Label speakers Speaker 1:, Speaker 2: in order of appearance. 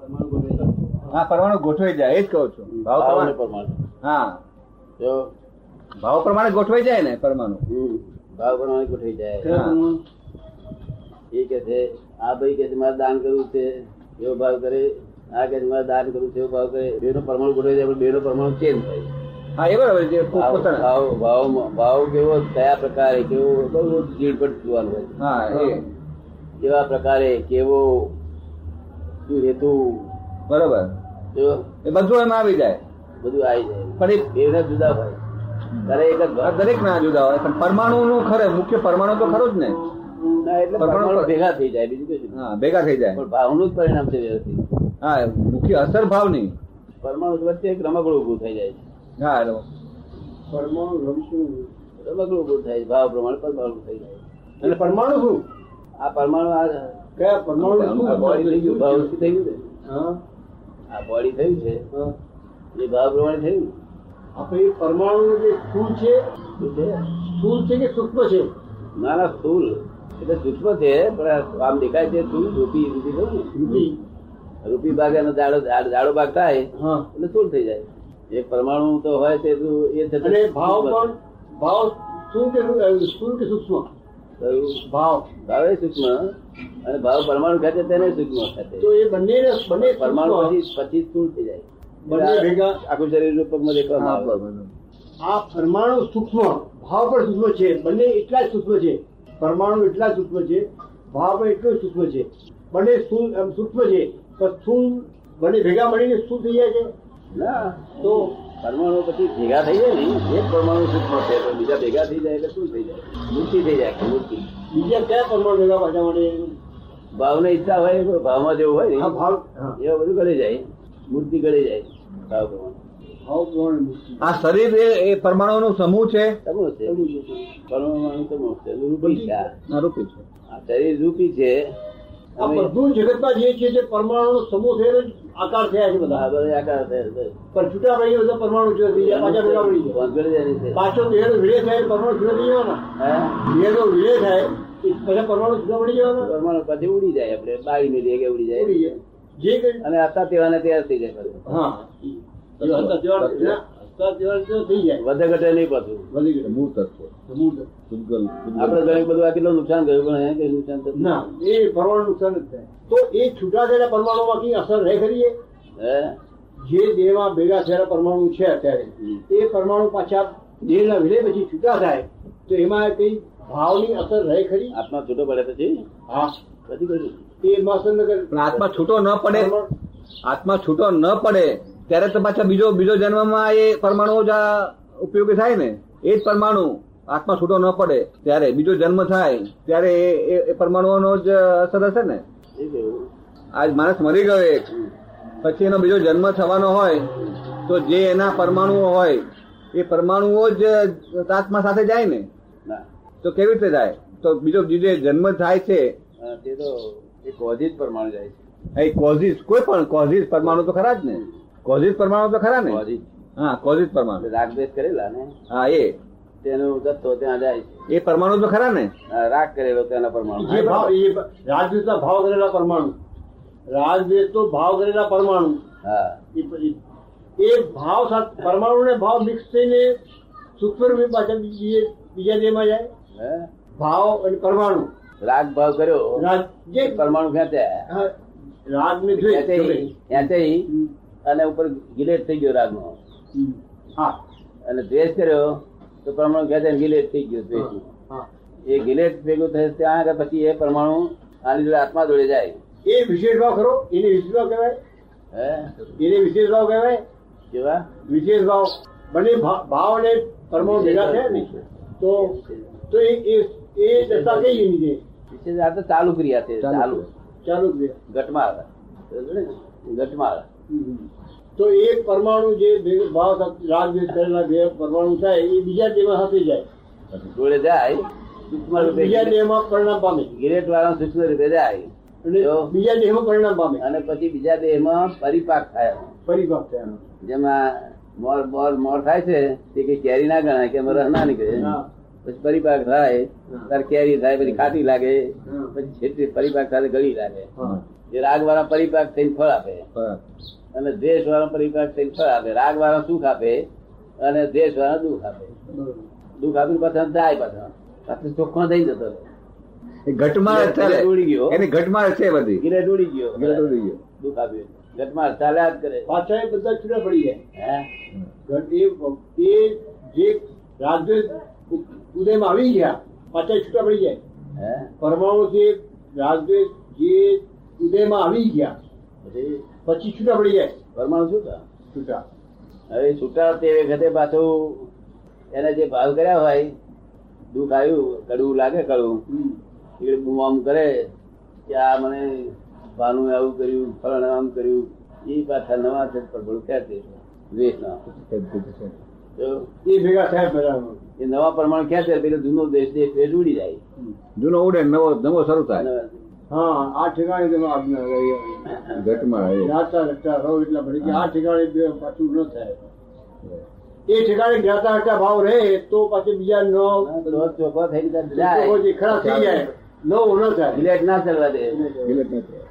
Speaker 1: પરમાણુ ગોઠવી શકું.
Speaker 2: હા પરમાણુ ગોઠવાઈ જાય એ જ કહું છું ભાવ
Speaker 1: ભાવને
Speaker 2: પ્રમાણે
Speaker 1: પરમાણુ
Speaker 2: હા
Speaker 1: જો
Speaker 2: ભાવ પ્રમાણે ગોઠવાઈ જાય ને પરમાણુ
Speaker 1: હમ, ભાવ પ્રમાણે ગોઠવી જાય
Speaker 2: હા.
Speaker 1: એ કે છે આ ભાઈ કે છે, મારે દાન કરવું છે એવો ભાવ કરે આ કે છે, મારે દાન કરવું છે એવો ભાવ કરે બેનો પરમાણુ ગોઠવી જાય પણ બેનો પરમાણુ ચેન્જ થાય
Speaker 2: હા એ બરાબર છે પોત-
Speaker 1: ભાવ
Speaker 2: પોતાના
Speaker 1: ભાવ- ભાવ ભાવ કેવો કયા પ્રકારે કેવો બહુ ઝીણવટ જોવાનું હોય છે.
Speaker 2: હા એ
Speaker 1: કેવા પ્રકારે કેવો શું હેતુ
Speaker 2: બરોબર
Speaker 1: જો
Speaker 2: એ બધું એમાં આવી જાય
Speaker 1: બધું આવી જાય
Speaker 2: પણ એ
Speaker 1: બેના જુદા હોય ત્યારે એક જ
Speaker 2: આ
Speaker 1: ભાવ.
Speaker 2: દરેક ના જુદા હોય પણ પરમાણુ નું ખરે મુખ્ય પરમાણુ તો ખરો જ ને
Speaker 1: ના, એટલે
Speaker 2: પરમાણુ
Speaker 1: પરમાણુ
Speaker 2: પર-
Speaker 1: ભેગા થઈ જાય બીજું કશું નહીં.
Speaker 2: હા ભેગા થઈ જાય
Speaker 1: પણ ભાવનું જ પરિણામ છે વ્યવસ્થિત
Speaker 2: હા મુખ્ય અસર ભાવની
Speaker 1: પરમાણુ વચ્ચે એક રમકડું ઊભું થઈ જાય છે
Speaker 2: હા રો.
Speaker 3: પરમાણુ રમશું
Speaker 1: રમકડું ઊભું થાય છે ભાવ પ્રમાણે પરમાણુ થઈ જાય
Speaker 3: એટલે પરમાણુ શું
Speaker 1: આ પરમાણુ આ
Speaker 3: કયા પરમાણુ શું
Speaker 1: આ body થઈ ગયું ભાવ શું થઈ ગયું ને?
Speaker 3: હા
Speaker 1: આ બોડી થયું છે
Speaker 3: હા.
Speaker 1: એ ભાવ પ્રમાણે થયું
Speaker 3: આપણે એ પરમાણુ જે સ્થૂળ છે
Speaker 1: શું છે
Speaker 3: સ્થૂળ છે કે સૂક્ષ્મ છે
Speaker 1: ના ના સ્થૂલ એટલે સૂક્ષ્મ છે પણ આ આમ દેખાય છે સ્થૂલ રૂપી રૂપી થયું
Speaker 3: રૂપી.
Speaker 1: ને રૂપી ભાગ એનો જાડો જાડ- જાડો ભાગ થાય
Speaker 3: હા
Speaker 1: એટલે સ્થૂલ થઈ જાય એક પરમાણુ તો હોય તે એટલું એ થતું
Speaker 3: અને ભાવ પણ ભાવ શું કે સ્થૂળ કે સૂક્ષ્મ
Speaker 1: થયું.
Speaker 3: ભાવ
Speaker 1: ભાવે સૂક્ષ્મ અને ભાવ પરમાણુ ખાતે તેને સૂક્ષ્મ ખાતે
Speaker 3: તો એ બંને બંને
Speaker 1: પરમાણુ
Speaker 3: સૂક્ષ્મ.
Speaker 1: પછી પછી સ્થૂળ થઈ જાય
Speaker 3: બંને
Speaker 1: એટલે આ
Speaker 3: ભેગા-
Speaker 1: આખું શરીર રૂપકમાં દેખવામાં
Speaker 2: હા,
Speaker 1: આવે
Speaker 2: બરોબર.
Speaker 3: આ પરમાણુ સૂક્ષ્મ ભાવ પણ સૂક્ષ્મ છે બંને એટલા જ સૂક્ષ્મ છે પરમાણુ એટલા જ સૂક્ષ્મ છે ભાવ પણ એટલો જ સૂક્ષ્મ છે બંને સ્થૂળ એમ સૂક્ષ્મ છે પણ સ્થૂળ બંને ભેગા મળીને સ્થૂળ થઈ જાય છે
Speaker 1: ના
Speaker 3: તો
Speaker 1: પરમાણુ પછી ભેગા થઈ જાય ને એક પરમાણુ સૂક્ષ્મ છે પણ બીજા ભેગા થઈ જાય એટલે શું થઈ જાય મૂર્તિ થઈ જાય આખી મૂર્તિ
Speaker 3: બીજા કયા પરમાણુ ભેગા પાછા મળે
Speaker 1: ભાવને ઈચ્છા હોય તો ભાવમાં જેવું હોય ને
Speaker 3: આ ભાવ હા,
Speaker 1: એવું બધું ગળી જાય મૂર્તિ ગળી જાય ભાવ પ્રમાણે
Speaker 3: ભાવ પ્રમાણે મૂર્તિ.
Speaker 2: આ શરીર એ એ પરમાણુનું સમૂહ છે
Speaker 1: તમો છે
Speaker 3: એવું છે તો.
Speaker 1: પરમાણુ તમો છે રૂપી છે આ.
Speaker 2: ના, રૂપી છે
Speaker 1: આ શરીર રૂપી છે
Speaker 3: આ
Speaker 1: અને
Speaker 3: બધું જગતમાં જે છે તે પરમાણુનો સમૂહ થયેલો જ આકાર થયા છે
Speaker 1: આ
Speaker 3: બધા
Speaker 1: બધા આકાર થયા છે.
Speaker 3: પણ છૂટા પડી ગયા બધા પરમાણુ જુદા થઈ ગયા પાછા ભેગા પડી ગયા
Speaker 1: વાંસળી જાય છે.
Speaker 3: પાછો ભેળો ભીડે થાય પરમાણુ જુદા થઈ જવાના
Speaker 1: હા?
Speaker 3: ભેળો ભીડે થાય એ બધા પરમાણુ જુદા પડી જવાના
Speaker 1: પરમાણુ પછી ઉડી જાય આપણે બાળી મેલીએ કે ઉડી જાય
Speaker 3: પડી ગયા. જે કંઈ
Speaker 1: અને હતા તેવાના તૈયાર થઈ જાય પાછું.
Speaker 3: હા જો હતા તેવા હતા, હતા તેવા તો થઈ જાય
Speaker 1: વધે ઘટે નહીં પાછું
Speaker 3: વધી ગયું
Speaker 2: મૂળ તત્વ
Speaker 3: સમુદ્ર.
Speaker 2: ઉદ્ગલ
Speaker 1: આપણે ઘણી બધું આ કેટલું નુકસાન થયું પણ અહીંયા કઈ નુકસાન થતું
Speaker 3: ના એ પરમાણુ નુકસાન જ થાય તો એ છૂટા થયેલા પરમાણુમાં કઈ અસર રહે ખરી એ?
Speaker 1: હે
Speaker 3: જે દેહમાં ભેગા થયેલા પરમાણુ છે અત્યારે
Speaker 1: હમ.
Speaker 3: એ પરમાણુ પાછા દેહના વિલય પછી છૂટા થાય તો એમાં કઈ ભાવની અસર રહે ખરી
Speaker 1: આત્મા છૂટો પડે પછી
Speaker 3: હા
Speaker 1: પછી કશું
Speaker 3: એ માસનગર
Speaker 2: પણ આત્મા છૂટો ન પડે આત્મા છૂટો ન પડે ત્યારે તો પાછા બીજો બીજો જન્મમાં એ પરમાણુ જ આ ઉપયોગી થાય ને એ જ પરમાણુ આત્મા છૂટો ન પડે ત્યારે બીજો જન્મ થાય ત્યારે એ- એ એ પરમાણુઓનો જ અસર હશે ને
Speaker 1: એ કેવું
Speaker 2: આજ માણસ મરી ગયો એક પછી એનો બીજો જન્મ થવાનો હોય તો જે એના પરમાણુઓ હોય એ પરમાણુઓ જ આત્મા સાથે જાય ને
Speaker 1: ના
Speaker 2: તો કેવી રીતે જાય તો બીજો જે જન્મ થાય છે
Speaker 1: હા, તે તો એ કોઝી જ પરમાણુ જાય છે
Speaker 2: એ કોઝિસ કોઈ પણ કોઝિસ પરમાણુ તો ખરા જ ને કોઝિસ પરમાણુ તો ખરા ને
Speaker 1: કોઝી જ.
Speaker 2: હા કોઝિસ પરમાણુ
Speaker 1: આપણે રાગદ્વેષ કરેલા ને
Speaker 2: હા એ
Speaker 1: તેનો જથ્થો ત્યાં જાય છે
Speaker 2: એ પરમાણુ તો ખરા ને
Speaker 1: આ રાગ કરેલો તેના પરમાણુ
Speaker 3: જે ભાવ એ રાજદેશના ભાવ કરેલા પરમાણુ રાજદેશ તો ભાવ કરેલા પરમાણુ
Speaker 1: હા
Speaker 3: એ પછી એ ભાવ સાથે પરમાણુ ને ભાવ મિક્સ થઈને સૂક્ષ્મ રૂપે પાછા બીજે- બીજા દેહમાં જાય
Speaker 1: હે?
Speaker 3: ભાવ અને પરમાણુ
Speaker 1: રાગ ભાવ કર્યો
Speaker 3: રાજ જે
Speaker 1: પરમાણુ ખેંચ્યા
Speaker 3: હા, રાગને
Speaker 1: ખેંચાઈ
Speaker 3: જોઈ
Speaker 1: ખેંચાઈ
Speaker 3: હમ,
Speaker 1: અને ઉપર ગિલેટ થઈ ગયો રાગનો
Speaker 3: હમ. હા
Speaker 1: અને દ્વેષ કર્યો તો પરમાણુ ખેંચાઈ ગિલેટ થઈ ગયો દ્વેષ
Speaker 3: હા.
Speaker 1: એ ગિલેટ ભેગું થશે ત્યાં આગળ પછી એ પરમાણુ આની જોડે આત્મા જોડે જાય
Speaker 3: એ વિશેષ ભાવ ખરો એને વિશેષ ભાવ કહેવાય
Speaker 1: હે
Speaker 3: એને વિશેષ ભાવ કહેવાય
Speaker 1: કેવા
Speaker 3: વિશેષ ભાવ બંને ભા- ભાવ અને પરમાણુ ભેગા થયા ને તો તો એ એ- એ દશા કઈ એની છે
Speaker 1: વિશેષ આ તો ચાલુ ક્રિયા છે
Speaker 2: ચાલુ.
Speaker 1: ચાલુ
Speaker 3: ચાલુ જ છે.
Speaker 1: ઘટમાળ ઘટમાળ
Speaker 3: હમ. તો એ પરમાણુ જે ભેગ- ભાવ સાથે રાગદ્વેષ કરેલા બે પરમાણુ થાય એ બીજા દેહમાં સાથે જાય
Speaker 1: જોડે જાય સૂક્ષ્મ રૂપે
Speaker 3: બીજા દેહમાં પરિણામ પામે
Speaker 1: ગિલેટ વાળા સૂક્ષ્મ રૂપે જાય
Speaker 3: અને
Speaker 1: જો.
Speaker 3: બીજા દેહમાં પરિણામ પામે
Speaker 1: અને પછી બીજા દેહમાં પરિપાક થાય
Speaker 3: ફરી ભાગ થયા
Speaker 1: જેમાં મોર મોર મોર થાય છે તે કઈ કેરી ના ગણાય કે અમારે ના નીકળે
Speaker 3: હા.
Speaker 1: પછી પરિપાક થાય
Speaker 3: હા.
Speaker 1: ત્યારે કેરી થાય પછી ખાટી લાગે
Speaker 3: હા.
Speaker 2: ہاں۔
Speaker 1: પછી છેટે પરિપાક થાય તો ગળી લાગે
Speaker 3: હા.
Speaker 1: એ રાગ વાળા પરિપાક થઈને ફળ આપે
Speaker 2: બરાબર.
Speaker 1: અને દ્વેષ વાળા પરિપાક થઈને ફળ આપે રાગ વાળા સુખ આપે અને દ્વેષ વાળા દુઃખ આપે દુઃખ આપીને પાછા જાય પાછા પાછું ચોખ્ખો થઈ જતો રહે.
Speaker 2: એ ઘટમાળ ચાલે
Speaker 1: ગિરટ ઉડી ગયો.
Speaker 2: એની ઘટમાળ છે બધી
Speaker 1: ગિરટ ઉડી ગયો
Speaker 2: ગિરટ ઉડી ગયો.
Speaker 1: દુઃખ આપ્યું ઘટમાં ચાલ્યા જ કરે
Speaker 3: પાછા એ બધા છૂટા પડી જાય
Speaker 1: હે
Speaker 3: ઘટ- એ એ જે રાગદ્વેષ ઉદયમાં આવી ગયા પાછા એ છૂટા પડી જાય
Speaker 1: હે
Speaker 3: પરમાણુ જે રાગદ્વેષ જે ઉદયમાં આવી ગયા
Speaker 1: પછી
Speaker 3: પછી છૂટા પડી જાય
Speaker 1: પરમાણુ શું કામ?
Speaker 3: છૂટા
Speaker 1: હવે છૂટા તે વખતે પાછું એને જે ભાવ કર્યા હોય દુઃખ આવ્યું કડવું લાગે કડવું
Speaker 3: હમ.
Speaker 1: એ બૂમ આમ કરે કે આ મને ભાનું આવું કર્યું ફલાણે આમ કર્યું એ પાછા નવા છે પ્રબળ ક્યાં છે દ્વેષના. તો
Speaker 3: એ ભેગા થયા બધા
Speaker 1: એ નવા પ્રમાણ ક્યાં છે પેલો જૂનો દેશ દેશ દેશ ઉડી જાય
Speaker 2: જૂનો ઉડે નવો નવો શરૂ થાય
Speaker 1: નવા-
Speaker 3: હા આ ઠેકાણે તમે આજ્ઞા લઈ આવી.
Speaker 2: ઘટમાળ એ.
Speaker 3: જ્ઞાતા રચતા રહો એટલા ભરી ગયા. આ ઠેકાણે બે પાછું ન થાય એ ઠેકાણે જ્ઞાતા રચતા ભાવ રહે તો પાછું બીજા ન
Speaker 1: તો ચોખ્ખો થઈને ત્યાં
Speaker 3: લોકો
Speaker 1: જાય
Speaker 3: જે ખરાબ થઈ જાય નવો ન થાય
Speaker 1: બુલેટ ના ચડવા દે
Speaker 2: ગિરટ નથી.